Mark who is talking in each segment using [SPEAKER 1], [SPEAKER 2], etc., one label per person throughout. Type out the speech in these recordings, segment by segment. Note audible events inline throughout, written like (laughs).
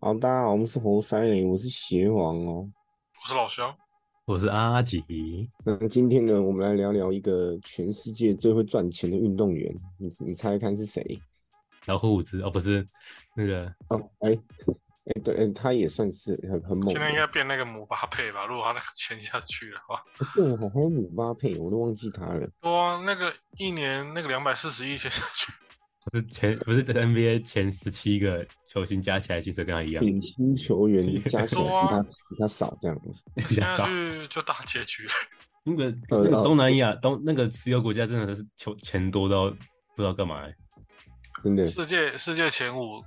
[SPEAKER 1] 好，大家好，我们是活塞雷，我是邪王哦。
[SPEAKER 2] 我是老肖，
[SPEAKER 3] 我是阿吉，
[SPEAKER 1] 那今天呢，我们来聊聊一个全世界最会赚钱的运动员，你你猜看是谁？
[SPEAKER 3] 老虎伍兹哦，不是那个
[SPEAKER 1] 哦，哎、哎、对，哎、他也算是很很猛的。
[SPEAKER 2] 现在应该变那个姆巴佩吧？如果他那个签下去的话，
[SPEAKER 1] 哎对哦，还有姆巴佩，我都忘记他了。
[SPEAKER 2] 哇，那个一年那个两百四十亿签下
[SPEAKER 3] (laughs)
[SPEAKER 2] 去，
[SPEAKER 3] 不是前不是 NBA 前十七个球星加起来薪水跟他一样，
[SPEAKER 1] 顶薪球员加起来比
[SPEAKER 2] 对
[SPEAKER 1] 他
[SPEAKER 2] 啊
[SPEAKER 1] 比他少这样子。
[SPEAKER 3] 比
[SPEAKER 2] 签
[SPEAKER 3] 较
[SPEAKER 2] 下
[SPEAKER 3] 少。
[SPEAKER 2] 去就大结局了。
[SPEAKER 1] (laughs)
[SPEAKER 3] 那个
[SPEAKER 1] 呃
[SPEAKER 3] 那个
[SPEAKER 1] 呃
[SPEAKER 3] 东南亚东那个石油国家真的是球钱多到不知道干嘛欸，
[SPEAKER 1] 真的，
[SPEAKER 2] 世界世界前五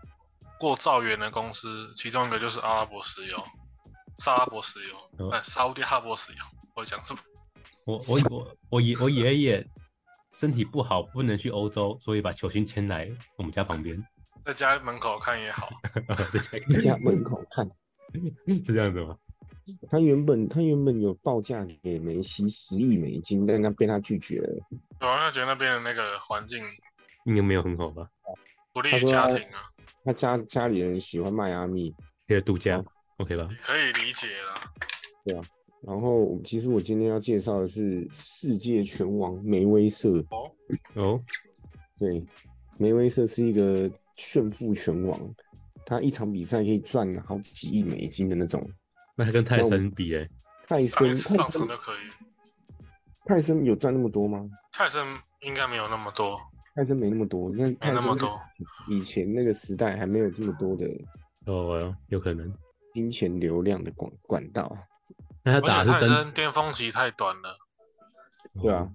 [SPEAKER 2] 过兆元的公司，其中一个就是阿拉伯石油、沙拉伯石油、
[SPEAKER 3] 嗯
[SPEAKER 2] 哎、沙烏地阿拉伯石油。我讲什么？
[SPEAKER 3] 我我我我爷我爷爷身体不好，不能去欧洲，所以把球星签来我们家旁边， (laughs)
[SPEAKER 2] 在家门口看也好，
[SPEAKER 3] 在家
[SPEAKER 1] 你家门口看，
[SPEAKER 3] (laughs) 是
[SPEAKER 1] 嗯
[SPEAKER 3] 这样子吗？
[SPEAKER 1] 他原本他原本有报价给梅西十亿美金，但他被他拒绝了。
[SPEAKER 2] 我好像觉得那边的那个环境
[SPEAKER 3] 应该没有很好吧？
[SPEAKER 2] 不利
[SPEAKER 1] 他
[SPEAKER 2] 于
[SPEAKER 1] 说
[SPEAKER 2] 家
[SPEAKER 1] 他
[SPEAKER 2] 庭啊，
[SPEAKER 1] 他家家里人喜欢迈阿密，
[SPEAKER 3] 可以度
[SPEAKER 1] 哦
[SPEAKER 3] 假，OK 吧？
[SPEAKER 2] 可以理解啦。
[SPEAKER 1] 然后，其实我今天要介绍的是世界拳王梅威瑟。
[SPEAKER 3] 哦，
[SPEAKER 1] 对，梅威瑟是一个炫富拳王，他一场比赛可以赚好几亿美金的那种。
[SPEAKER 3] 那他跟泰森比欸，
[SPEAKER 1] 泰
[SPEAKER 2] 上
[SPEAKER 1] 森，
[SPEAKER 2] 一次
[SPEAKER 1] 泰
[SPEAKER 2] 上场
[SPEAKER 1] 森，
[SPEAKER 2] 就可以。
[SPEAKER 1] 泰森有赚那么多吗？
[SPEAKER 2] 泰森应该没有那么多，
[SPEAKER 1] 泰森没那么多，那泰
[SPEAKER 2] 那么
[SPEAKER 1] 森
[SPEAKER 2] 多
[SPEAKER 1] 以前那个时代还没有这么多的
[SPEAKER 3] 哦，有可能。
[SPEAKER 1] 金钱流量的管管道，啊
[SPEAKER 3] 那他
[SPEAKER 2] 而
[SPEAKER 3] 打
[SPEAKER 2] 且
[SPEAKER 3] 是
[SPEAKER 2] 泰
[SPEAKER 3] 真
[SPEAKER 2] 森巅峰期太短了。
[SPEAKER 1] 对
[SPEAKER 3] 哦
[SPEAKER 1] 啊，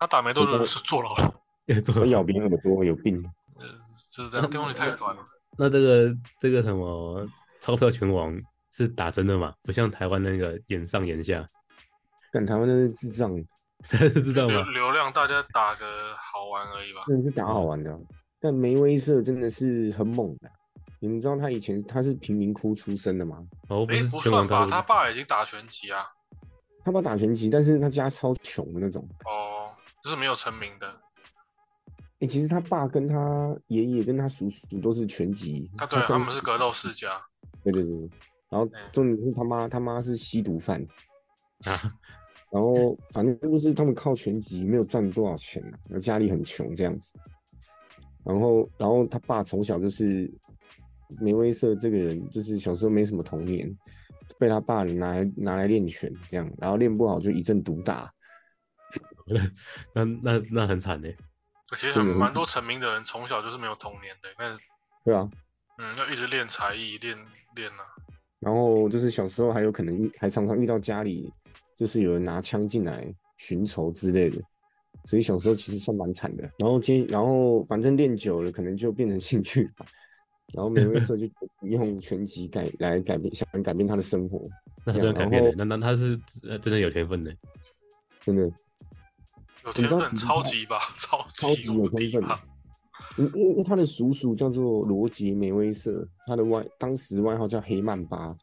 [SPEAKER 2] 他打没多久
[SPEAKER 1] 所以他
[SPEAKER 2] 就是坐牢了， (laughs)
[SPEAKER 3] (laughs) 要做
[SPEAKER 1] 他咬别人耳朵有病。
[SPEAKER 2] 呃就
[SPEAKER 1] (laughs)
[SPEAKER 2] 是这样，定位太短了。
[SPEAKER 3] 那这个这个什么钞票拳王是打真的嘛？不像台湾那个演上演下， (laughs)
[SPEAKER 1] 但台湾那是智障，
[SPEAKER 3] 知道
[SPEAKER 2] 流
[SPEAKER 3] 吗？
[SPEAKER 2] 流量大家打个好玩而已吧。
[SPEAKER 1] 真的是打好玩的啊、但梅威瑟真的是很猛的啊、你们知道他以前他是贫民窟出身的吗？
[SPEAKER 3] 哦，不
[SPEAKER 2] 诶，
[SPEAKER 3] 是
[SPEAKER 2] 哎不
[SPEAKER 3] 拳
[SPEAKER 2] 算
[SPEAKER 3] 王
[SPEAKER 2] 吧，
[SPEAKER 3] 大
[SPEAKER 2] 他
[SPEAKER 3] 陆
[SPEAKER 2] 爸已经打拳击啊，
[SPEAKER 1] 他爸打拳击，但是他家超穷的那种。
[SPEAKER 2] 哦，就是没有成名的。
[SPEAKER 1] 哎、其实他爸跟他爷爷跟他叔叔都是拳击，
[SPEAKER 2] 他对啊，
[SPEAKER 1] 算
[SPEAKER 2] 他们是格斗世家，
[SPEAKER 1] 对对对。然后
[SPEAKER 2] 嗯
[SPEAKER 1] 重点是他妈他妈是吸毒犯，
[SPEAKER 3] 啊，
[SPEAKER 1] (laughs) 然后反正就是他们靠拳击没有赚多少钱啊，然后家里很穷这样子。然后然后他爸从小就是梅威瑟这个人，就是小时候没什么童年，被他爸拿来拿来练拳这样，然后练不好就一阵毒打。
[SPEAKER 3] 那那那很惨欸呢。
[SPEAKER 2] 其实很
[SPEAKER 1] 对
[SPEAKER 2] 蛮多成名的人从小就是没有童年的，但是
[SPEAKER 1] 对啊，
[SPEAKER 2] 嗯，要一直练才艺，练练啊。
[SPEAKER 1] 然后就是小时候还有可能遇，还常常遇到家里就是有人拿枪进来寻仇之类的，所以小时候其实算蛮惨的。然后接，然后反正练久了，可能就变成兴趣吧。然后梅威瑟就用拳击改来改变，想改变他的生活，
[SPEAKER 3] 那他
[SPEAKER 1] 对啊
[SPEAKER 3] 真的改
[SPEAKER 1] 然
[SPEAKER 3] 变了欸
[SPEAKER 1] 后，
[SPEAKER 3] 那那他是呃真的有天分的。
[SPEAKER 1] 真
[SPEAKER 2] (laughs)
[SPEAKER 1] 的
[SPEAKER 2] 有
[SPEAKER 1] 知
[SPEAKER 2] 天
[SPEAKER 1] 道
[SPEAKER 2] 分，
[SPEAKER 1] 其实
[SPEAKER 2] 超
[SPEAKER 1] 他
[SPEAKER 2] 级吧，超
[SPEAKER 1] 超级
[SPEAKER 2] 级
[SPEAKER 1] 有
[SPEAKER 2] 无
[SPEAKER 1] 天
[SPEAKER 2] 敌
[SPEAKER 1] 分
[SPEAKER 2] 吧
[SPEAKER 1] 的。。嗯因因为他的叔叔叫做罗杰梅威瑟，他的外当时外号叫黑曼巴，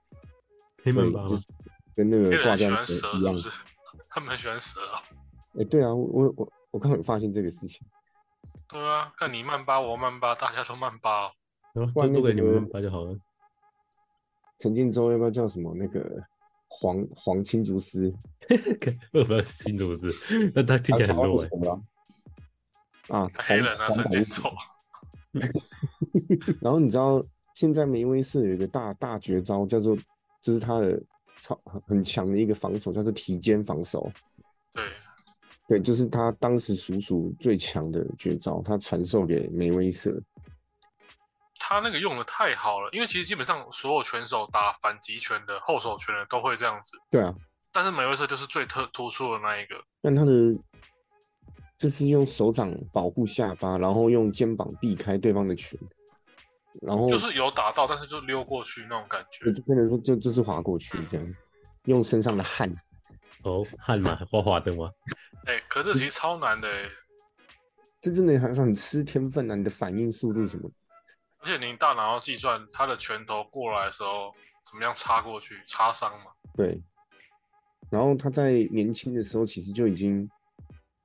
[SPEAKER 1] 对
[SPEAKER 3] 黑曼巴吗
[SPEAKER 1] 就是跟那
[SPEAKER 2] 黑
[SPEAKER 1] 个挂
[SPEAKER 2] 人喜
[SPEAKER 1] 在那个
[SPEAKER 2] 欢蛇
[SPEAKER 1] 一
[SPEAKER 2] 是
[SPEAKER 1] 样
[SPEAKER 2] 不。是？ (laughs) 他们很喜欢蛇啊。
[SPEAKER 1] 哎、对啊，我我我刚好有发现这个事情。
[SPEAKER 2] 对啊，看你慢吧，我慢吧，大家都慢吧哦。
[SPEAKER 3] 然后
[SPEAKER 1] 不然那
[SPEAKER 3] 多多给你
[SPEAKER 1] 个
[SPEAKER 3] 们发就好了。
[SPEAKER 1] 陈建州要不要叫什么那个黄黄青竹丝？
[SPEAKER 3] (laughs) 为什么要新竹是？那他听起来很弱哎。
[SPEAKER 1] 什么？啊，
[SPEAKER 2] 黑人啊，
[SPEAKER 1] 黄
[SPEAKER 2] 神
[SPEAKER 1] 黄
[SPEAKER 2] 经
[SPEAKER 1] 白
[SPEAKER 2] 错。
[SPEAKER 1] 然后你知道现在梅威瑟有一个大大绝招，叫做就是他的超很很强的一个防守，叫做提肩防守。
[SPEAKER 2] 对，
[SPEAKER 1] 对，就是他当时叔叔最强的绝招，他传授给梅威瑟。
[SPEAKER 2] 他那个用的太好了，因为其实基本上所有拳手打反击拳的、后手拳的都会这样子，
[SPEAKER 1] 对啊，
[SPEAKER 2] 但是梅威瑟就是最特突出的那一个，
[SPEAKER 1] 但他的就是用手掌保护下巴，然后用肩膀避开对方的拳，然后
[SPEAKER 2] 就是有打到，但是就溜过去那种感觉
[SPEAKER 1] 就。真嗯的是就就是滑过去这样，用身上的汗。
[SPEAKER 3] 哦，悍马花花灯吗？
[SPEAKER 2] 哎、可是其实超难的、欸，
[SPEAKER 1] 这真的很很吃天分啊！你的反应速度什么的？
[SPEAKER 2] 而且你大脑要计算他的拳头过来的时候怎么样插过去，插伤嘛。
[SPEAKER 1] 对。然后他在年轻的时候其实就已经，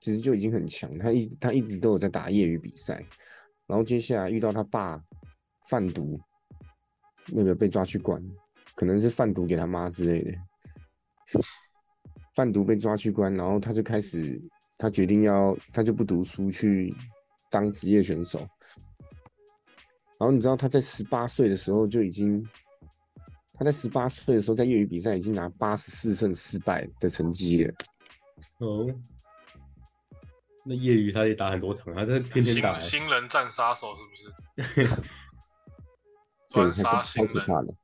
[SPEAKER 1] 其实就已经很强，他一他一直都有在打业余比赛。然后接下来遇到他爸贩毒，那个被抓去关，可能是贩毒给他妈之类的，贩毒被抓去关，然后他就开始，他决定要，他就不读书去当职业选手，然后你知道他在十八岁的时候就已经，他在十八岁的时候在业余比赛已经拿八十四胜四败的成绩了，
[SPEAKER 3] 哦，那业余他也打很多场，他这天天打
[SPEAKER 2] 新
[SPEAKER 3] 欸，
[SPEAKER 2] 新人战杀手是不是？
[SPEAKER 1] (laughs) 对，
[SPEAKER 2] 专
[SPEAKER 1] 太
[SPEAKER 2] 杀
[SPEAKER 1] 太
[SPEAKER 2] 新
[SPEAKER 1] 可
[SPEAKER 2] 人，
[SPEAKER 1] 怕了。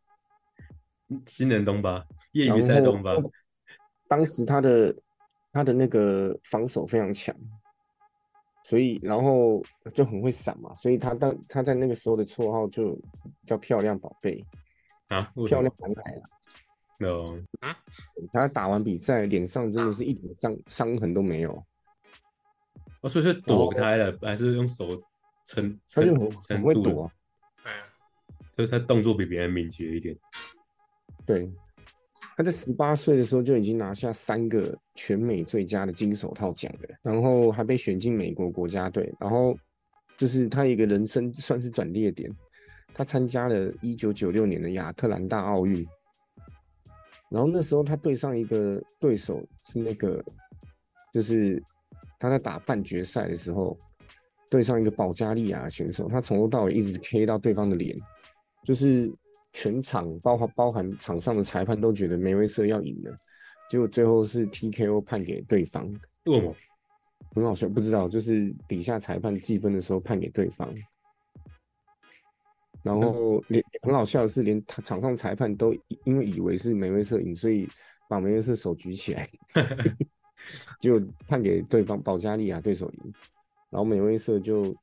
[SPEAKER 3] 新人东吧，业余
[SPEAKER 1] 然
[SPEAKER 3] 赛
[SPEAKER 1] 后
[SPEAKER 3] 东吧，
[SPEAKER 1] 当时他的他的那个防守非常强，所以然后就很会闪嘛，所以他当他在那个时候的绰号就叫漂亮宝贝，
[SPEAKER 3] 啊，为什
[SPEAKER 1] 漂
[SPEAKER 3] 么
[SPEAKER 1] 亮男孩啊。
[SPEAKER 3] 哦，
[SPEAKER 1] 他打完比赛脸上真的是一点伤伤痕都没有，
[SPEAKER 3] 哦，所以是躲开了，还是用手撑
[SPEAKER 1] 他
[SPEAKER 3] 撑
[SPEAKER 1] 就很很
[SPEAKER 3] 撑
[SPEAKER 1] 会
[SPEAKER 3] 住
[SPEAKER 1] 躲
[SPEAKER 3] 了
[SPEAKER 1] 啊，，
[SPEAKER 2] 哎，
[SPEAKER 3] 就是他动作比别人敏捷一点。
[SPEAKER 1] 对。他在十八岁的时候就已经拿下三个全美最佳的金手套奖了，然后还被选进美国国家队，然后就是他一个人生算是转捩点，他参加了一九九六年的亚特兰大奥运，然后那时候他对上一个对手是那个，就是他在打半决赛的时候对上一个保加利亚的选手，他从头到尾一直 K 到对方的脸，就是全场包含包含场上的裁判都觉得梅威瑟要赢了，结果最后是 TKO 判给对方，
[SPEAKER 3] 为什么？
[SPEAKER 1] 很好笑，不知道就是底下裁判计分的时候判给对方，然后连很好笑的是，连他场上裁判都以因为以为是梅威瑟赢，所以把梅威瑟手举起来，就判给对方保加利亚对手赢，然后梅威瑟就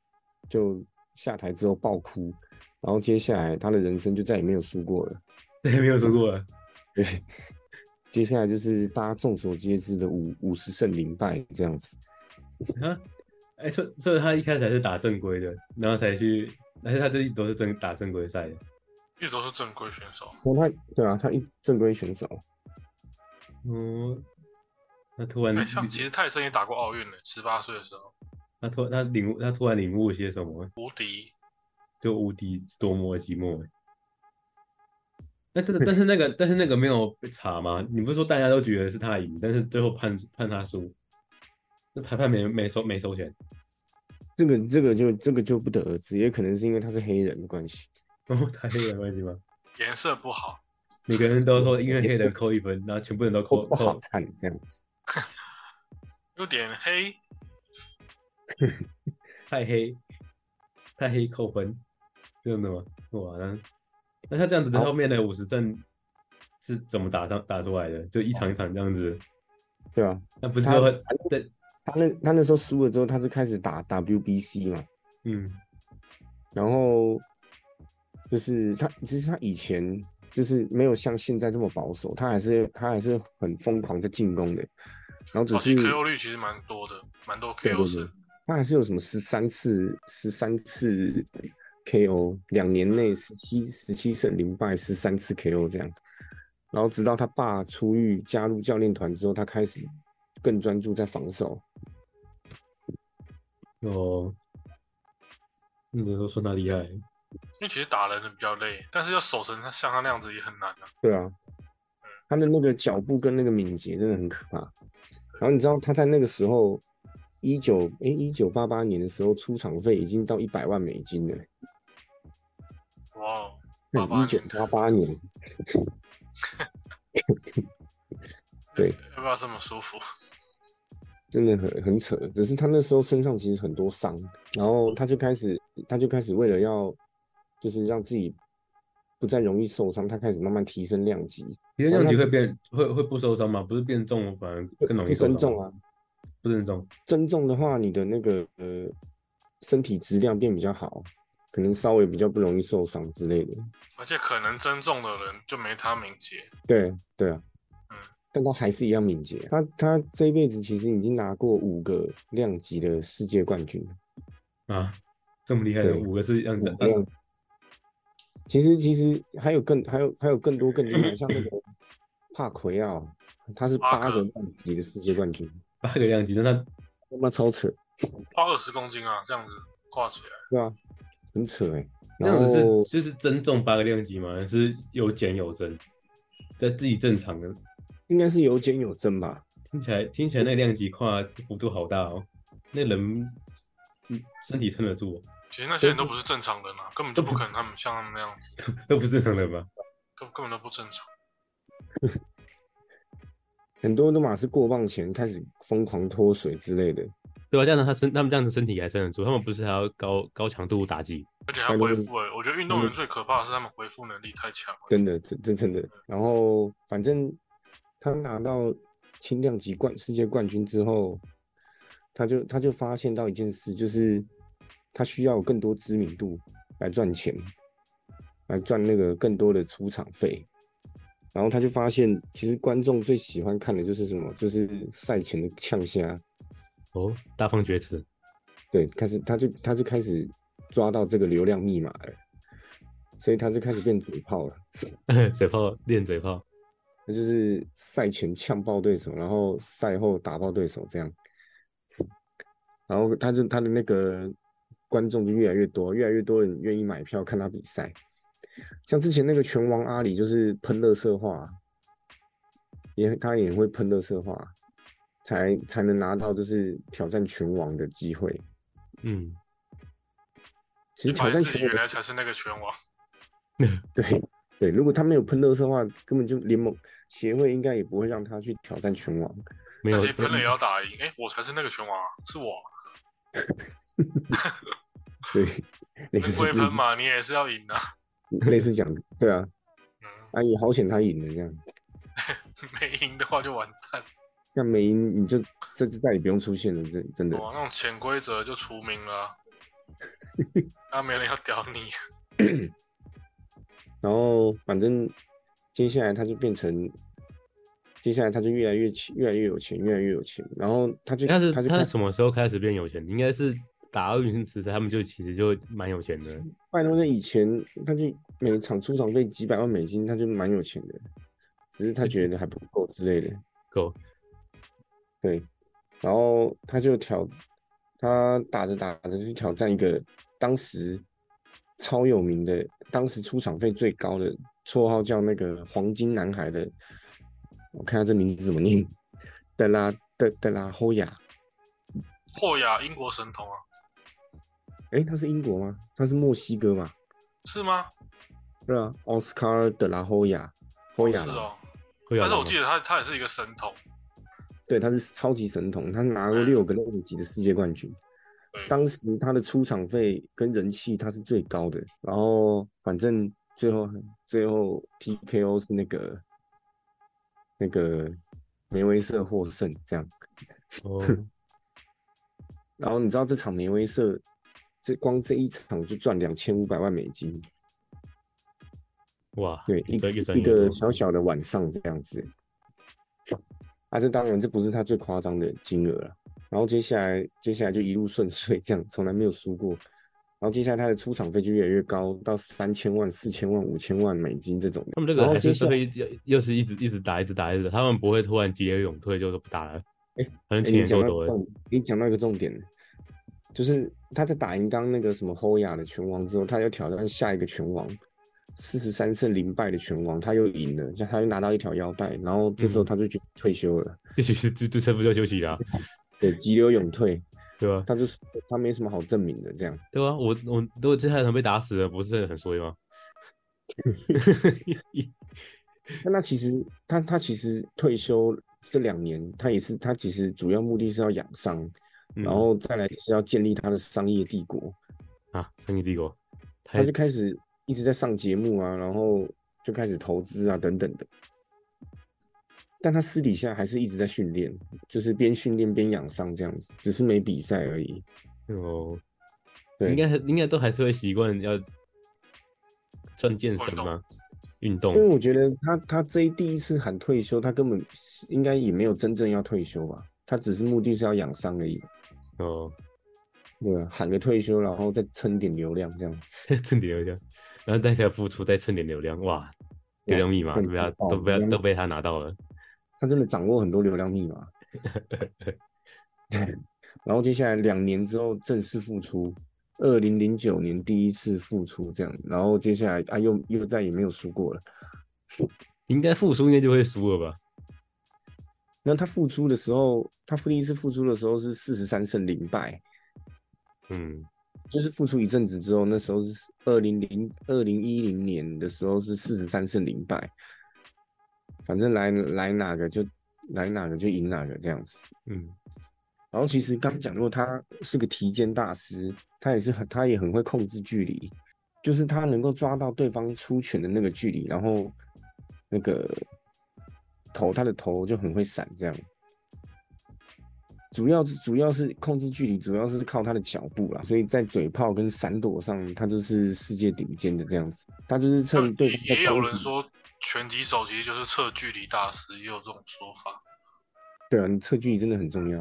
[SPEAKER 1] 就下台之后爆哭，然后接下来他的人生就再也没有输过了。
[SPEAKER 3] 对，没有说过了。 (laughs)
[SPEAKER 1] 对，接下来就是大家众所皆知的五五十胜零败这样子。
[SPEAKER 3] 啊，哎、所以所以他一开始还是打正规的，然后才去，但是他这一直都是正打正规赛的。
[SPEAKER 2] 一直都是正规选手，
[SPEAKER 1] 然后他对啊，他一正规选手，
[SPEAKER 3] 嗯，他突然
[SPEAKER 1] 嗯
[SPEAKER 2] 哎，，像其实泰森也打过奥运呢，十八岁的时候，
[SPEAKER 3] 他突他领悟，他突然领悟一些什么？
[SPEAKER 2] 无敌，
[SPEAKER 3] 就无敌多么的寂寞欸。那但是但是那个但是那个没有被查吗？你不是说大家都觉得是他赢，但是最后判判他输，那裁判没没收没收钱，
[SPEAKER 1] 这个这个就这个就不得而知，也可能是因为他是黑人的关系。
[SPEAKER 3] 然后他黑人关系吗？
[SPEAKER 2] 颜色不好，
[SPEAKER 3] 每个人都说因为黑人扣一分，然后全部人都
[SPEAKER 1] 不
[SPEAKER 3] 扣
[SPEAKER 1] 不好
[SPEAKER 3] 扣，
[SPEAKER 1] 看这样子，
[SPEAKER 2] 有点黑，
[SPEAKER 3] 太黑，太黑扣分，这样的吗？哇，那那他这样子的
[SPEAKER 1] 好
[SPEAKER 3] 后面的五十胜是怎么打上打出来的？就一场一场这样子，
[SPEAKER 1] 对啊，
[SPEAKER 3] 那不是
[SPEAKER 1] 他
[SPEAKER 3] 说在
[SPEAKER 1] 他那他那时候输了之后，他是开始打 WBC 嘛，
[SPEAKER 3] 嗯
[SPEAKER 1] 然后就是他其实他以前就是没有像现在这么保守，他还是他还是很疯狂在进攻的，然后只
[SPEAKER 2] 早期
[SPEAKER 1] 是
[SPEAKER 2] KO 率其实蛮多的，蛮多
[SPEAKER 1] 对
[SPEAKER 2] KO
[SPEAKER 1] 对对
[SPEAKER 2] 是，，
[SPEAKER 1] 他还是有什么十三次十三次 KO，两年内十七十七胜零败，十三次 KO 这样。然后直到他爸出狱加入教练团之后，他开始更专注在防守。
[SPEAKER 3] 哦，你都说他厉害，
[SPEAKER 2] 因为其实打人的比较累，但是要守成他像他那样子也很难啊。
[SPEAKER 1] 对啊，他的那个脚步跟那个敏捷真的很可怕。然后你知道他在那个时候，一九哎一九八八年的时候，出场费已经到一百万美金了。
[SPEAKER 2] 哇哦，
[SPEAKER 1] 一九八八年，对
[SPEAKER 2] 要不要这么舒服？ (laughs)
[SPEAKER 1] 真的很很扯，只是他那时候身上其实很多伤，然后他就开始，他就开始为了要，就是让自己不再容易受伤，他开始慢慢提升量级，
[SPEAKER 3] 别人
[SPEAKER 1] 哦
[SPEAKER 3] 量
[SPEAKER 1] 那
[SPEAKER 3] 级会
[SPEAKER 1] 这
[SPEAKER 3] 变会会不受伤吗？不是变重反而更容
[SPEAKER 1] 不
[SPEAKER 3] 易受
[SPEAKER 1] 增
[SPEAKER 3] 伤
[SPEAKER 1] 重
[SPEAKER 3] 吗，
[SPEAKER 1] 啊，
[SPEAKER 3] 不增重，
[SPEAKER 1] 增重的话，你的那个呃身体质量变比较好，可能稍微比较不容易受伤之类的。
[SPEAKER 2] 而且可能增重的人就没他敏捷，
[SPEAKER 1] 对对啊
[SPEAKER 2] 嗯，
[SPEAKER 1] 但他还是一样敏捷，他他这一辈子其实已经拿过五个量级的世界冠军了。
[SPEAKER 3] 啊，这么厉害的
[SPEAKER 1] 对
[SPEAKER 3] 五个是这样子，啊
[SPEAKER 1] 没有。其实其实还有更还有还有更多更厉害，像那个帕奎奥，他是
[SPEAKER 2] 帕
[SPEAKER 1] 八
[SPEAKER 2] 克
[SPEAKER 1] 个量级的世界冠军，
[SPEAKER 3] 八个量级，那他
[SPEAKER 1] 他妈超扯，
[SPEAKER 2] 花二十公斤啊，这样子挂起来，
[SPEAKER 1] 对吧、很扯哎、
[SPEAKER 3] 那
[SPEAKER 1] 然
[SPEAKER 3] 种
[SPEAKER 1] 后
[SPEAKER 3] 是就是真中八个量级吗？还是有减有增，在自己正常的，
[SPEAKER 1] 应该是有减有增吧。
[SPEAKER 3] 听起来听起来那个量级跨幅度好大哦，那人嗯身体撑得住、哦， (laughs)
[SPEAKER 2] 其实那些人都不是正常人啊，根本就不可能他们像他们那样子，
[SPEAKER 3] 那不是正常人吧？
[SPEAKER 2] 根根本都不正常。
[SPEAKER 1] 很多人都马是过磅前开始疯狂脱水之类的，
[SPEAKER 4] 对吧？这样子他身他们这样子身体还撑得住，他们不是还要高高强度打击？
[SPEAKER 2] 而且还恢复哎、我觉得运动员最可怕的是他们恢复能力太强了。
[SPEAKER 1] 嗯真的，这这真的。然后反正他拿到轻量级冠世界冠军之后，他就他就发现到一件事，就是他需要有更多知名度来赚钱，来赚那个更多的出场费。然后他就发现，其实观众最喜欢看的就是什么，就是赛前的呛虾。
[SPEAKER 4] 哦，大放厥词， (laughs)
[SPEAKER 1] 对，开始他就他就开始抓到这个流量密码了，所以他就开始变嘴炮了。
[SPEAKER 4] 嘴炮练嘴炮，
[SPEAKER 1] 那就是赛前呛爆对手，然后赛后打爆对手这样。然后他就他的那个观众就越来越多，越来越多人愿意买票看他比赛。像之前那个拳王阿里就是喷乐色话，啊也他也会喷乐色话，才才能拿到就是挑战拳王的机会。
[SPEAKER 4] 嗯，
[SPEAKER 1] 其实挑
[SPEAKER 2] 发
[SPEAKER 1] 战
[SPEAKER 2] 现自己
[SPEAKER 1] 拳
[SPEAKER 2] 原
[SPEAKER 1] 王的
[SPEAKER 2] 来才是那个拳王，
[SPEAKER 1] 对对，如果他没有喷热身的话，根本就联盟协会应该也不会让他去挑战拳王。
[SPEAKER 4] 没
[SPEAKER 2] 那
[SPEAKER 4] 有
[SPEAKER 2] 些喷了也要打赢。哎、我才是那个拳
[SPEAKER 1] (laughs)
[SPEAKER 2] 王啊，是我啊。
[SPEAKER 1] 对， (laughs) 类
[SPEAKER 2] 你
[SPEAKER 1] 似
[SPEAKER 2] 会
[SPEAKER 1] 类
[SPEAKER 2] 喷
[SPEAKER 1] 似
[SPEAKER 2] 嘛，你也是要赢的、啊
[SPEAKER 1] (laughs) 类似讲，对啊，
[SPEAKER 2] 嗯，
[SPEAKER 1] 啊也好险他赢了这样，
[SPEAKER 2] (laughs) 没赢的话就完蛋。
[SPEAKER 1] 那没赢你就这次再也不用出现了，真真的。
[SPEAKER 4] 啊
[SPEAKER 2] 哇，那种潜规则就除名了啊、那没人要屌你。
[SPEAKER 1] 然后反正接下来他就变成，接下来他就越来越钱，越来越有钱，越来越有钱，然后他就
[SPEAKER 4] 他是
[SPEAKER 1] 他就
[SPEAKER 4] 他
[SPEAKER 1] 开
[SPEAKER 4] 是什么时候开始变有钱的？应该是打奥运时代，他们就其实就蛮有钱的。
[SPEAKER 1] 拜托，那以前他就每场出场费几百万美金，他就蛮有钱的，只是他觉得还不够之类的。
[SPEAKER 4] 够，
[SPEAKER 1] 对，然后他就挑，他打着打着去挑战一个当时超有名的，当时出场费最高的绰号叫那个“黄金男孩”的，我看他这名字怎么念，德拉德德拉霍亚，
[SPEAKER 2] 霍亚英国神童啊，
[SPEAKER 1] 诶，他是英国吗？他是墨西哥吗？
[SPEAKER 2] 是吗？
[SPEAKER 1] 对啊，奥斯卡德拉霍亚，霍亚
[SPEAKER 2] 是
[SPEAKER 1] 啦，
[SPEAKER 2] 哦，
[SPEAKER 4] 会有人
[SPEAKER 2] 但是
[SPEAKER 4] 吗。
[SPEAKER 2] 我记得他他也是一个神童，
[SPEAKER 1] 对，他是超级神童，他拿
[SPEAKER 2] 嗯
[SPEAKER 1] 过六个量级的世界冠军。
[SPEAKER 2] 对，
[SPEAKER 1] 当时他的出场费跟人气他是最高的，然后反正最后最后 TKO 是那个那个梅威瑟获胜这样。
[SPEAKER 4] 哦，
[SPEAKER 1] (laughs) 然后你知道这场梅威瑟这光这一场就赚两千五百万美金，
[SPEAKER 4] 哇，
[SPEAKER 1] 对，
[SPEAKER 4] 一
[SPEAKER 1] 一
[SPEAKER 4] 个
[SPEAKER 1] 一个小小的晚上这样子。啊，这当然这不是他最夸张的金额了。然后接下来接下来就一路顺遂，这样从来没有输过。然后接下来他的出场费就越来越高，到三千万、四千万、五千万美金这种的。
[SPEAKER 4] 他们这
[SPEAKER 1] 然
[SPEAKER 4] 个
[SPEAKER 1] 后
[SPEAKER 4] 还是
[SPEAKER 1] 接下
[SPEAKER 4] 会一直又是一直一直打，一直打，一直打，他们不会突然急流勇退就不打了。
[SPEAKER 1] 哎
[SPEAKER 4] 好像
[SPEAKER 1] 诶
[SPEAKER 4] 钱也
[SPEAKER 1] 你讲
[SPEAKER 4] 够
[SPEAKER 1] 到
[SPEAKER 4] 多
[SPEAKER 1] 一个
[SPEAKER 4] 了。
[SPEAKER 1] 重，你讲到一个重点，就是他在打赢刚那个什么侯雅的拳王之后，他又挑战下一个拳王，四十三胜零败的拳王，他又赢了，他又拿到一条腰带，然后这时候
[SPEAKER 4] 嗯
[SPEAKER 1] 他就决定退休了，
[SPEAKER 4] 这其实这这这不就休息了啊、
[SPEAKER 1] 对，急流勇退。
[SPEAKER 4] 对吧？
[SPEAKER 1] 他就是他没什么好证明的，这样
[SPEAKER 4] 对吧？我我如果接下来能被打死了，不是很衰
[SPEAKER 1] (laughs)
[SPEAKER 4] 吗？嗯
[SPEAKER 1] 那那其实他他其实退休这两年，他也是他其实主要目的是要养伤，
[SPEAKER 4] 嗯
[SPEAKER 1] 然后再来就是要建立他的商业帝国。
[SPEAKER 4] 啊，三个帝国，
[SPEAKER 1] 他
[SPEAKER 4] 太
[SPEAKER 1] 就开始一直在上节目啊，然后就开始投资啊等等的。但他私底下还是一直在训练，就是边训练边养伤这样子，只是没比赛而已。
[SPEAKER 4] 哦，
[SPEAKER 1] 对，
[SPEAKER 4] 应该还应该都还是会习惯要算健身吗？运动
[SPEAKER 1] 因为我觉得他他这一第一次喊退休，他根本应该也没有真正要退休吧，他只是目的是要养伤而已。
[SPEAKER 4] 哦， (laughs)
[SPEAKER 1] 对啊，喊个退休，然后再蹭点流量这样子。
[SPEAKER 4] 蹭点流量，然后再开始付出，再蹭点流量，哇，流量密码
[SPEAKER 1] 对
[SPEAKER 4] 都被他
[SPEAKER 1] 很棒
[SPEAKER 4] 都被他
[SPEAKER 1] 流量
[SPEAKER 4] 都被他拿到了。
[SPEAKER 1] 他真的掌握很多流量密码。然后接下来两年之后正式复出，二零零九年第一次复出这样，然后接下来啊又又再也没有输过了。
[SPEAKER 4] 应该复苏应该就会输了吧？
[SPEAKER 1] 那他复出的时候，他第一次复出的时候是四十三胜零败，
[SPEAKER 4] 嗯，
[SPEAKER 1] 就是复出一阵子之后，那时候是二零零二零一零年的时候是四十三胜零败，反正来来哪个就来哪个就赢哪个这样子。
[SPEAKER 4] 嗯，
[SPEAKER 1] 然后其实刚讲过，他是个提肩大师，他也是很他也很会控制距离，就是他能够抓到对方出拳的那个距离，然后那个头他的头就很会闪这样。主要是主要是控制距离，主要是靠他的脚步啦，所以在嘴炮跟闪躲上，他就是世界顶尖的这样子。他就是趁对方
[SPEAKER 2] 也
[SPEAKER 1] 在
[SPEAKER 2] 也有
[SPEAKER 1] 攻
[SPEAKER 2] 人
[SPEAKER 1] 击，
[SPEAKER 2] 说拳击手其实就是测距离大师，也有这种说法。
[SPEAKER 1] 对啊，你测距离真的很重要。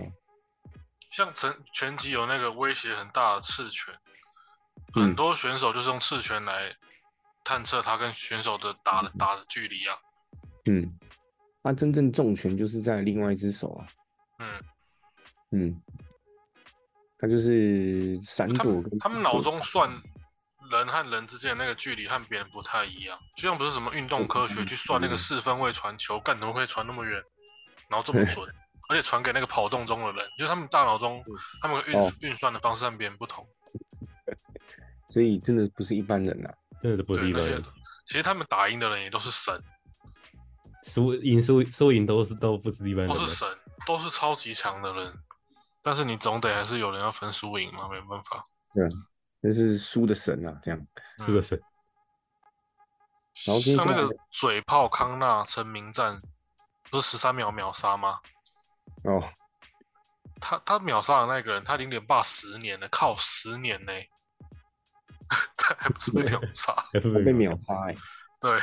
[SPEAKER 2] 像拳拳击有那个威胁很大的刺拳，
[SPEAKER 1] 嗯
[SPEAKER 2] 很多选手就是用刺拳来探测他跟选手的打的打的距离啊。
[SPEAKER 1] 嗯，他真正重拳就是在另外一只手啊。
[SPEAKER 2] 嗯，
[SPEAKER 1] 嗯，他就是闪
[SPEAKER 2] 他
[SPEAKER 1] 躲
[SPEAKER 2] 们
[SPEAKER 1] 跟
[SPEAKER 2] 他们脑中算
[SPEAKER 1] 啊
[SPEAKER 2] 人和人之间的那个距离和别人不太一样，就像不是什么运动科学去算那个四分位传球，干怎么会传那么远，然后这么准，而且传给那个跑动中的人，就是他们大脑中他们运
[SPEAKER 1] 哦
[SPEAKER 2] 运算的方式和别人不同。
[SPEAKER 1] 所以真的不是一般人啊。
[SPEAKER 4] 真的是不是
[SPEAKER 2] 对，
[SPEAKER 4] 一般
[SPEAKER 2] 而且
[SPEAKER 4] 人，
[SPEAKER 2] 其实他们打赢的人也都是神，
[SPEAKER 4] 输赢输输赢都是都不是一般人
[SPEAKER 2] 都
[SPEAKER 4] 啊。
[SPEAKER 2] 是神，都是超级强的人，但是你总得还是有人要分输赢嘛，没办法。
[SPEAKER 1] 那是输的神啊，这样。
[SPEAKER 4] 是
[SPEAKER 2] 嗯
[SPEAKER 4] 个神，
[SPEAKER 1] 然后接下
[SPEAKER 2] 像
[SPEAKER 1] 来
[SPEAKER 2] 那个嘴炮康纳陈明战，不是十三秒秒杀吗？
[SPEAKER 1] 哦，
[SPEAKER 2] 他他秒杀的那个人，他零点八十年了，靠十年呢、他还不是被秒杀？
[SPEAKER 4] 还是
[SPEAKER 1] 他被
[SPEAKER 3] 啊
[SPEAKER 1] 秒杀哎、
[SPEAKER 2] 对，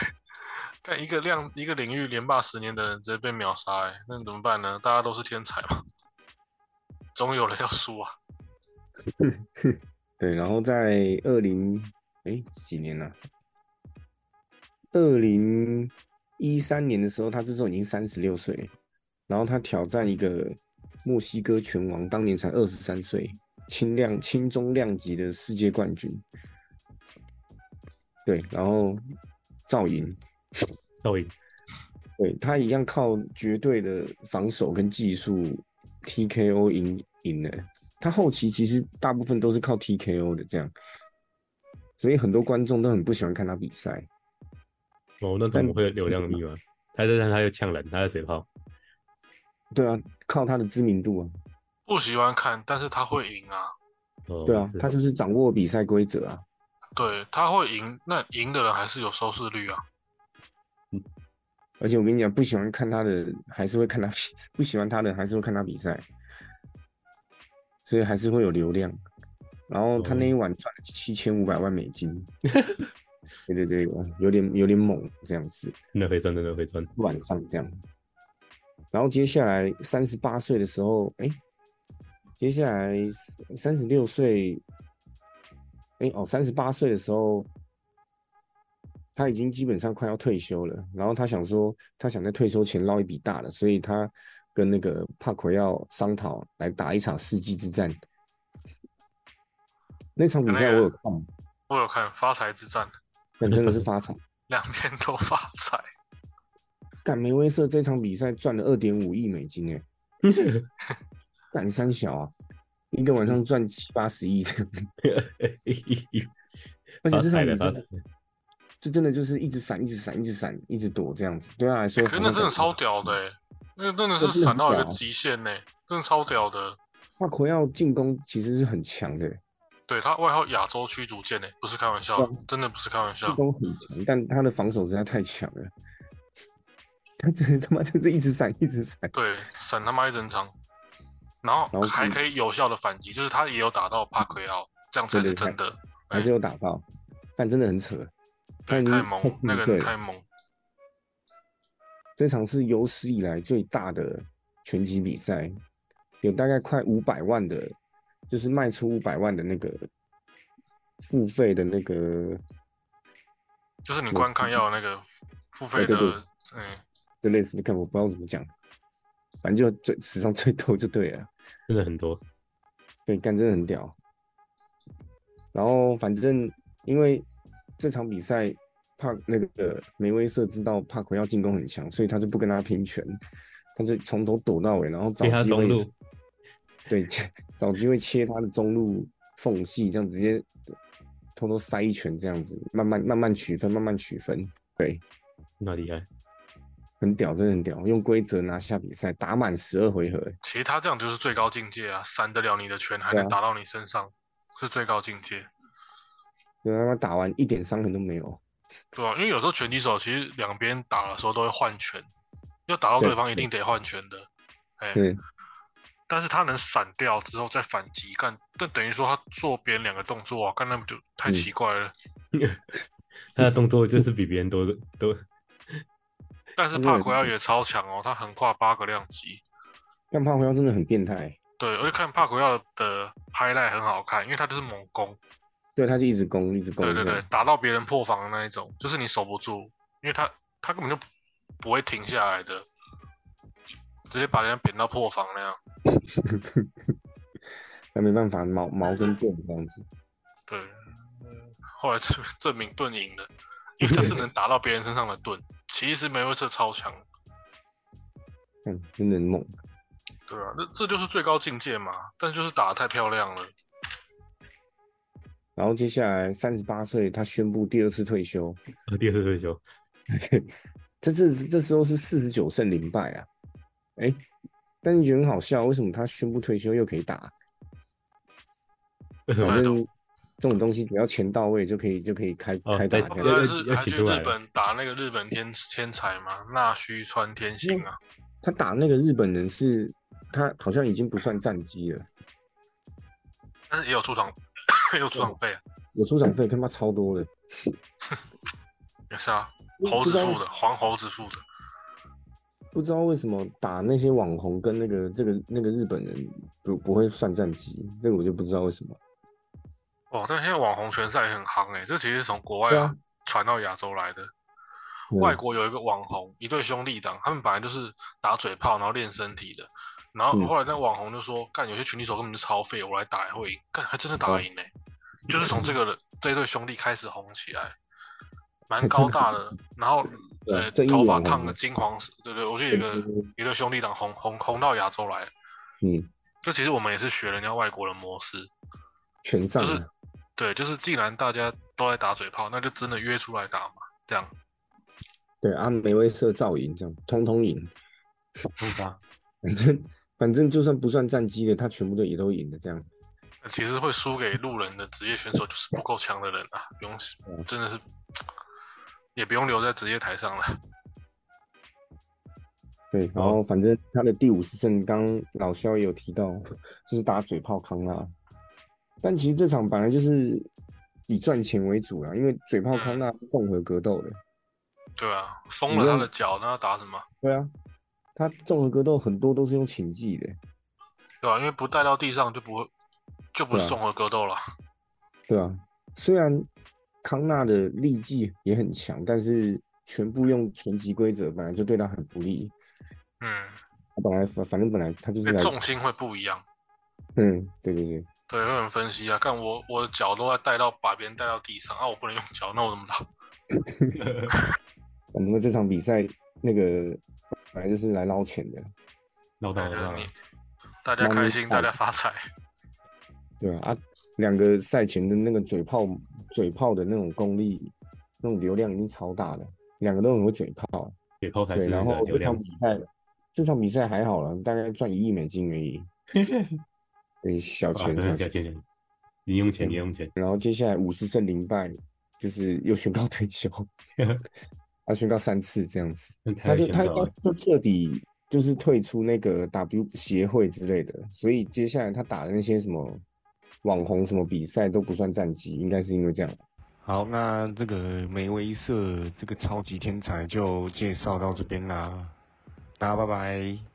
[SPEAKER 2] 看一个量一个领域连霸十年的人直接被秒杀、欸，那怎么办呢？大家都是天才嘛，总有人要输啊。
[SPEAKER 1] 对，然后在二零哎几年呢、二零一三年的时候，他这时候已经三十六岁了，然后他挑战一个墨西哥拳王，当年才二十三岁，轻量轻中量级的世界冠军。对，然后赵赢，
[SPEAKER 4] 倒影，
[SPEAKER 1] 对他一样靠绝对的防守跟技术 TKO 赢赢了。他后期其实大部分都是靠 TKO 的这样，所以很多观众都很不喜欢看他比赛。
[SPEAKER 4] 哦，那怎么会有流
[SPEAKER 1] 嗯
[SPEAKER 4] 量密码？他在他又呛人，他的嘴炮，
[SPEAKER 1] 对啊，靠他的知名度啊，
[SPEAKER 2] 不喜欢看，但是他会赢啊。
[SPEAKER 4] 哦，
[SPEAKER 1] 对啊，
[SPEAKER 4] 是
[SPEAKER 1] 他就是掌握比赛规则啊。
[SPEAKER 2] 对，他会赢，那赢的人还是有收视率啊。
[SPEAKER 1] 而且我跟你讲，不喜欢看他的还是会看他比，不喜欢他的还是会看他比赛，所以还是会有流量。然后他那一晚赚了七千五百万美金，对对对，有点有点猛这样子。
[SPEAKER 4] 真的会赚，真的会赚，
[SPEAKER 1] 晚上这样。然后接下来三十八岁的时候，哎、接下来三十六岁，哎、哦，三十八岁的时候，他已经基本上快要退休了。然后他想说，他想在退休前捞一笔大的，所以他跟那个帕奎奥商讨来打一场世纪之战。那场比赛我有看，
[SPEAKER 2] 我有看《发财之战》，
[SPEAKER 1] 但真的是发财。
[SPEAKER 2] 两边都发财，
[SPEAKER 1] 干梅威瑟这场比赛赚了二点五亿美金哎、干三小啊，一个晚上赚七八十亿这样， (laughs) 而且
[SPEAKER 4] 发
[SPEAKER 1] 这
[SPEAKER 4] 财了，
[SPEAKER 1] 场比
[SPEAKER 4] 发
[SPEAKER 1] 赛
[SPEAKER 4] 财了，
[SPEAKER 1] 就真的就是一直闪，一直闪，一直闪，一直躲这样子，对他来说
[SPEAKER 2] 欸可
[SPEAKER 1] 好像感
[SPEAKER 2] 是那
[SPEAKER 1] 觉，
[SPEAKER 2] 真的超屌的、欸，那个真的
[SPEAKER 1] 这
[SPEAKER 2] 是
[SPEAKER 1] 嗯真的
[SPEAKER 2] 闪
[SPEAKER 1] 很
[SPEAKER 2] 到一个
[SPEAKER 1] 屌啊
[SPEAKER 2] 极限呢、真的超屌的。
[SPEAKER 1] 帕奎奥进攻其实是很强的，
[SPEAKER 2] 对他外号亚洲驱逐舰呢、欸不是开玩笑
[SPEAKER 1] 对啊，
[SPEAKER 2] 真的不是开玩
[SPEAKER 1] 进
[SPEAKER 2] 笑。
[SPEAKER 1] 攻很强，但他的防守实在太强了，他真的他妈就是一直闪，一直闪，
[SPEAKER 2] 对，闪他妈一整场，然后
[SPEAKER 1] 然后
[SPEAKER 2] 还
[SPEAKER 1] 是
[SPEAKER 2] 可以有效的反击，就是他也有打到帕奎奥，这样才
[SPEAKER 1] 对
[SPEAKER 2] 是
[SPEAKER 1] 对
[SPEAKER 2] 真的。
[SPEAKER 1] 还是有打到，但真的很扯，他
[SPEAKER 2] 对，
[SPEAKER 1] 已经
[SPEAKER 2] 太猛
[SPEAKER 1] 快，四
[SPEAKER 2] 那
[SPEAKER 1] 十
[SPEAKER 2] 个
[SPEAKER 1] 岁
[SPEAKER 2] 人
[SPEAKER 1] 了
[SPEAKER 2] 太猛。
[SPEAKER 1] 这场是有史以来最大的拳击比赛，有大概快五百万的，就是卖出五百万的那个付费的那个
[SPEAKER 2] 就是你
[SPEAKER 1] 是
[SPEAKER 2] 观看要有那个付费
[SPEAKER 1] 对
[SPEAKER 2] 的
[SPEAKER 1] 对对，
[SPEAKER 2] 嗯，
[SPEAKER 1] 就类似的，看我不知道怎么讲，反正就最史上最多就对了。
[SPEAKER 4] 真的很多，
[SPEAKER 1] 对，干真的很屌。然后反正因为这场比赛，帕那个梅威瑟知道帕奎要进攻很强，所以他就不跟他拼拳，他就从头躲到尾，然后找
[SPEAKER 4] 给他
[SPEAKER 1] 机
[SPEAKER 4] 中
[SPEAKER 1] 会
[SPEAKER 4] 路，
[SPEAKER 1] 对， (laughs) 找机会切他的中路缝隙，这样直接偷偷塞一拳，这样子慢慢慢慢取分，慢慢取分，对，
[SPEAKER 4] 那厉害，
[SPEAKER 1] 很屌，真的很屌，用规则拿下比赛，打满十二回合，欸
[SPEAKER 2] 其实他这样就是最高境界啊，闪得了你的拳，还
[SPEAKER 1] 对啊
[SPEAKER 2] 能打到你身上，是最高境界，
[SPEAKER 1] 就他妈打完一点伤痕都没有，
[SPEAKER 2] 对啊吧、因为有时候拳击手其实两边打的时候都会换拳，要打到
[SPEAKER 1] 对
[SPEAKER 2] 对方一定得换拳的，哎，
[SPEAKER 1] 对，
[SPEAKER 2] 但是他能闪掉之后再反击，干，但等于说他做别人两个动作啊，干那不就太
[SPEAKER 1] 嗯
[SPEAKER 2] 奇怪了。
[SPEAKER 4] 他的动作就是比别人多多，
[SPEAKER 2] 但是
[SPEAKER 1] 那
[SPEAKER 2] 帕
[SPEAKER 1] 个
[SPEAKER 2] 奎奥也超强哦，他横跨八个量级，
[SPEAKER 1] 但帕奎奥真的很变态，
[SPEAKER 2] 对，而且看帕奎奥的 highlight 很好看，因为他就是猛攻，
[SPEAKER 1] 对，他就一直攻，一直攻，
[SPEAKER 2] 对对
[SPEAKER 1] 这
[SPEAKER 2] 对
[SPEAKER 1] 样，，
[SPEAKER 2] 打到别人破防的那一种，就是你守不住，因为他他根本就不不会停下来的，直接把人家扁到破防那样。
[SPEAKER 1] 那没办法，毛毛跟盾这样子，
[SPEAKER 2] 对，嗯后来 (laughs) 证证明盾赢了，因为他是能打到别人身上的盾，其实梅威瑟超强，
[SPEAKER 1] 嗯，真的很猛。
[SPEAKER 2] 对啊，那这就是最高境界嘛，但是就是打得太漂亮了，
[SPEAKER 1] 然后接下来三十八岁，他宣布第二次退休，
[SPEAKER 4] 呃第二次退休，
[SPEAKER 1] 这这这时候是四十九胜零败啊，哎，但是觉得很好笑，为什么他宣布退休又可以打？
[SPEAKER 4] 为什么？
[SPEAKER 1] 反正这种东西只要钱到位就可以就可以开
[SPEAKER 4] 哦
[SPEAKER 1] 开打
[SPEAKER 4] 对
[SPEAKER 2] 他
[SPEAKER 1] 这
[SPEAKER 2] 不
[SPEAKER 1] 样。
[SPEAKER 2] 然
[SPEAKER 4] 要
[SPEAKER 2] 是
[SPEAKER 4] 要
[SPEAKER 2] 还
[SPEAKER 4] 请
[SPEAKER 2] 去
[SPEAKER 4] 出来
[SPEAKER 2] 日
[SPEAKER 4] 了
[SPEAKER 2] 本打那个日本天天才嘛，纳须川天
[SPEAKER 1] 嗯
[SPEAKER 2] 心啊，
[SPEAKER 1] 他打那个日本人是，他好像已经不算战绩了，
[SPEAKER 2] 但是也有出场 (laughs) 也有出场费啊，
[SPEAKER 1] 有出场费他妈超多的，
[SPEAKER 2] 也是啊，猴
[SPEAKER 1] 不嗯
[SPEAKER 2] 子
[SPEAKER 1] 知道
[SPEAKER 2] 数的黄猴子数的，
[SPEAKER 1] 不知道为什么打那些网红跟那个这个那个日本人不不会算战绩，这个我就不知道为什么。
[SPEAKER 2] 哦，但现在网红拳赛也很夯哎、这其实是从国外
[SPEAKER 1] 对
[SPEAKER 2] 啊
[SPEAKER 1] 啊
[SPEAKER 2] 传到亚洲来的。
[SPEAKER 1] 嗯
[SPEAKER 2] (laughs) 外国有一个网红，一对兄弟档，他们本来就是打嘴炮，然后练身体的。然后
[SPEAKER 1] 嗯
[SPEAKER 2] 后来那网红就说：“干，有些群体手根本就超废，我来打也会赢。”干，还真的打赢呢、欸就是从这个人这对兄弟开始红起来，蛮高大的，然后
[SPEAKER 1] 对
[SPEAKER 2] 呃
[SPEAKER 1] 正义
[SPEAKER 2] 头
[SPEAKER 1] 网
[SPEAKER 2] 发
[SPEAKER 1] 红
[SPEAKER 2] 烫
[SPEAKER 1] 嘛
[SPEAKER 2] 的金黄色，对对，我觉得有一个一对兄弟档红红红到亚洲来。
[SPEAKER 1] 嗯，
[SPEAKER 2] 就其实我们也是学人家外国的模式，
[SPEAKER 1] 全上
[SPEAKER 2] 就
[SPEAKER 1] 了
[SPEAKER 2] 是，对，就是既然大家都在打嘴炮，那就真的约出来打嘛，这样。
[SPEAKER 1] 对啊，梅威瑟照赢这样，通通赢， (laughs)
[SPEAKER 3] 出发，
[SPEAKER 1] 反正反正就算不算战绩的，他全部都也都赢了这样。
[SPEAKER 2] 其实会输给路人的职业选手就是不够强的人啊，不用
[SPEAKER 1] 嗯
[SPEAKER 2] 真的是也不用留在职业台上了。
[SPEAKER 1] 对，
[SPEAKER 2] 哦
[SPEAKER 1] 然后反正他的第五十胜，刚刚老肖也有提到，就是打嘴炮康纳。但其实这场本来就是以赚钱为主啦，因为嘴炮康
[SPEAKER 2] 嗯
[SPEAKER 1] 纳是综合格斗的。
[SPEAKER 2] 对啊，封了
[SPEAKER 1] 你
[SPEAKER 2] 他
[SPEAKER 1] 用
[SPEAKER 2] 的脚，那要打什么？
[SPEAKER 1] 对啊，他综合格斗很多都是用擒技的，
[SPEAKER 2] 对啊吧、因为不带到地上就不会就不是
[SPEAKER 1] 对啊
[SPEAKER 2] 综合格斗了。
[SPEAKER 1] 对啊，虽然康纳的力技也很强，但是全部用拳击规则本来就对他很不利。
[SPEAKER 2] 嗯，
[SPEAKER 1] 他本来反反正本来他就是
[SPEAKER 2] 因为
[SPEAKER 1] 来，
[SPEAKER 2] 重心会不一样。
[SPEAKER 1] 嗯，对对对，
[SPEAKER 2] 对，会有人分析啊，看我我的脚都在带到把别人带到地上啊，我不能用脚，那我怎么打？
[SPEAKER 1] 反正这场比赛那个本来就是来捞钱的。
[SPEAKER 4] 闹到
[SPEAKER 2] 对
[SPEAKER 4] 了闹到
[SPEAKER 2] 你
[SPEAKER 4] 了，
[SPEAKER 2] 大家
[SPEAKER 1] 那
[SPEAKER 2] 开
[SPEAKER 1] 你哦
[SPEAKER 2] 心，大
[SPEAKER 1] 打
[SPEAKER 2] 家发财。
[SPEAKER 1] 对啊，啊，两个赛前的那个嘴炮、嘴炮的那种功力、那种流量已经超大了，两个都很会嘴炮。
[SPEAKER 4] 解剖才
[SPEAKER 1] 对，
[SPEAKER 4] 是那
[SPEAKER 1] 然
[SPEAKER 4] 个
[SPEAKER 1] 后
[SPEAKER 4] 流
[SPEAKER 1] 这场
[SPEAKER 4] 量
[SPEAKER 1] 比赛，这场比赛还好了，大概赚一亿美金而已。对，小
[SPEAKER 4] 啊，真
[SPEAKER 1] 钱
[SPEAKER 4] 的 (laughs)
[SPEAKER 1] 小
[SPEAKER 4] 假
[SPEAKER 1] 钱。
[SPEAKER 4] 钱钱，零用钱零用钱，
[SPEAKER 1] 然后接下来五十胜零败，就是又宣告
[SPEAKER 4] (laughs)
[SPEAKER 1] 退休，他宣告三次这样子。
[SPEAKER 4] 那
[SPEAKER 1] 他
[SPEAKER 4] 太
[SPEAKER 1] 就
[SPEAKER 4] 有钱
[SPEAKER 1] 他应
[SPEAKER 4] 到
[SPEAKER 1] 该
[SPEAKER 3] 啊
[SPEAKER 4] 了
[SPEAKER 1] 是，就彻底就是退出那个 W 协会之类的，所以接下来他打的那些什么网红什么比赛都不算战绩，应该是因为这样。
[SPEAKER 5] 好，那这个梅威瑟这个超级天才就介绍到这边啦，大家拜拜。